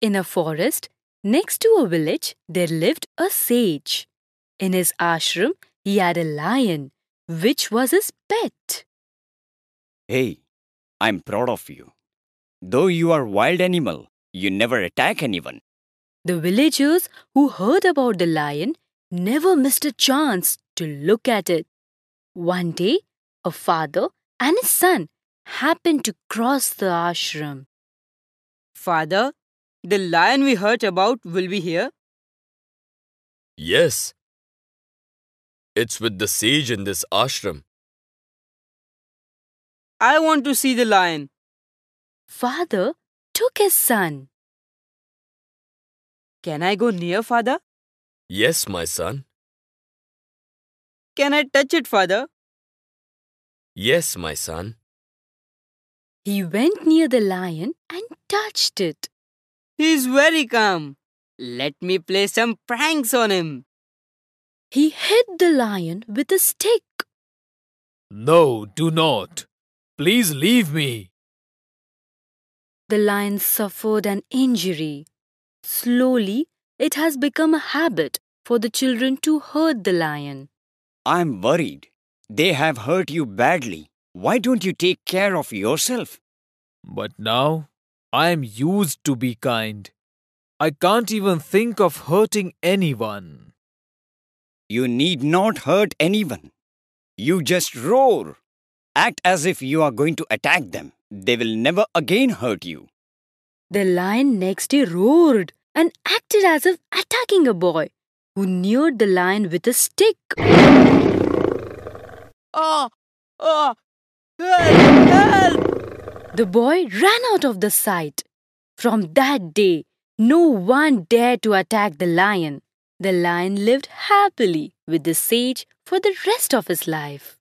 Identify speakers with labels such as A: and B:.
A: In a forest, next to a village, there lived a sage. In his ashram, he had a lion, which was his pet.
B: Hey, I'm proud of you. Though you are wild animal, you never attack anyone.
A: The villagers who heard about the lion never missed a chance to look at it. One day, a father and his son happened to cross the ashram.
C: Father, the lion we heard about will be here.
D: Yes. It's with the sage in this ashram.
C: I want to see the lion.
A: Father took his son.
C: Can I go near, father?
D: Yes, my son.
C: Can I touch it, father?
D: Yes, my son.
A: He went near the lion and touched it.
C: He's very calm. Let me play some pranks on him.
A: He hit the lion with a stick.
E: No, do not. Please leave me.
A: The lion suffered an injury. Slowly, it has become a habit for the children to hurt the lion.
B: I'm worried. They have hurt you badly. Why don't you take care of yourself?
E: But now I am used to be kind. I can't even think of hurting anyone.
B: You need not hurt anyone. You just roar. Act as if you are going to attack them. They will never again hurt you.
A: The lion next day roared and acted as if attacking a boy who neared the lion with a stick.
C: Oh, oh, help, help!
A: The boy ran out of the sight. From that day, no one dared to attack the lion. The lion lived happily with the sage for the rest of his life.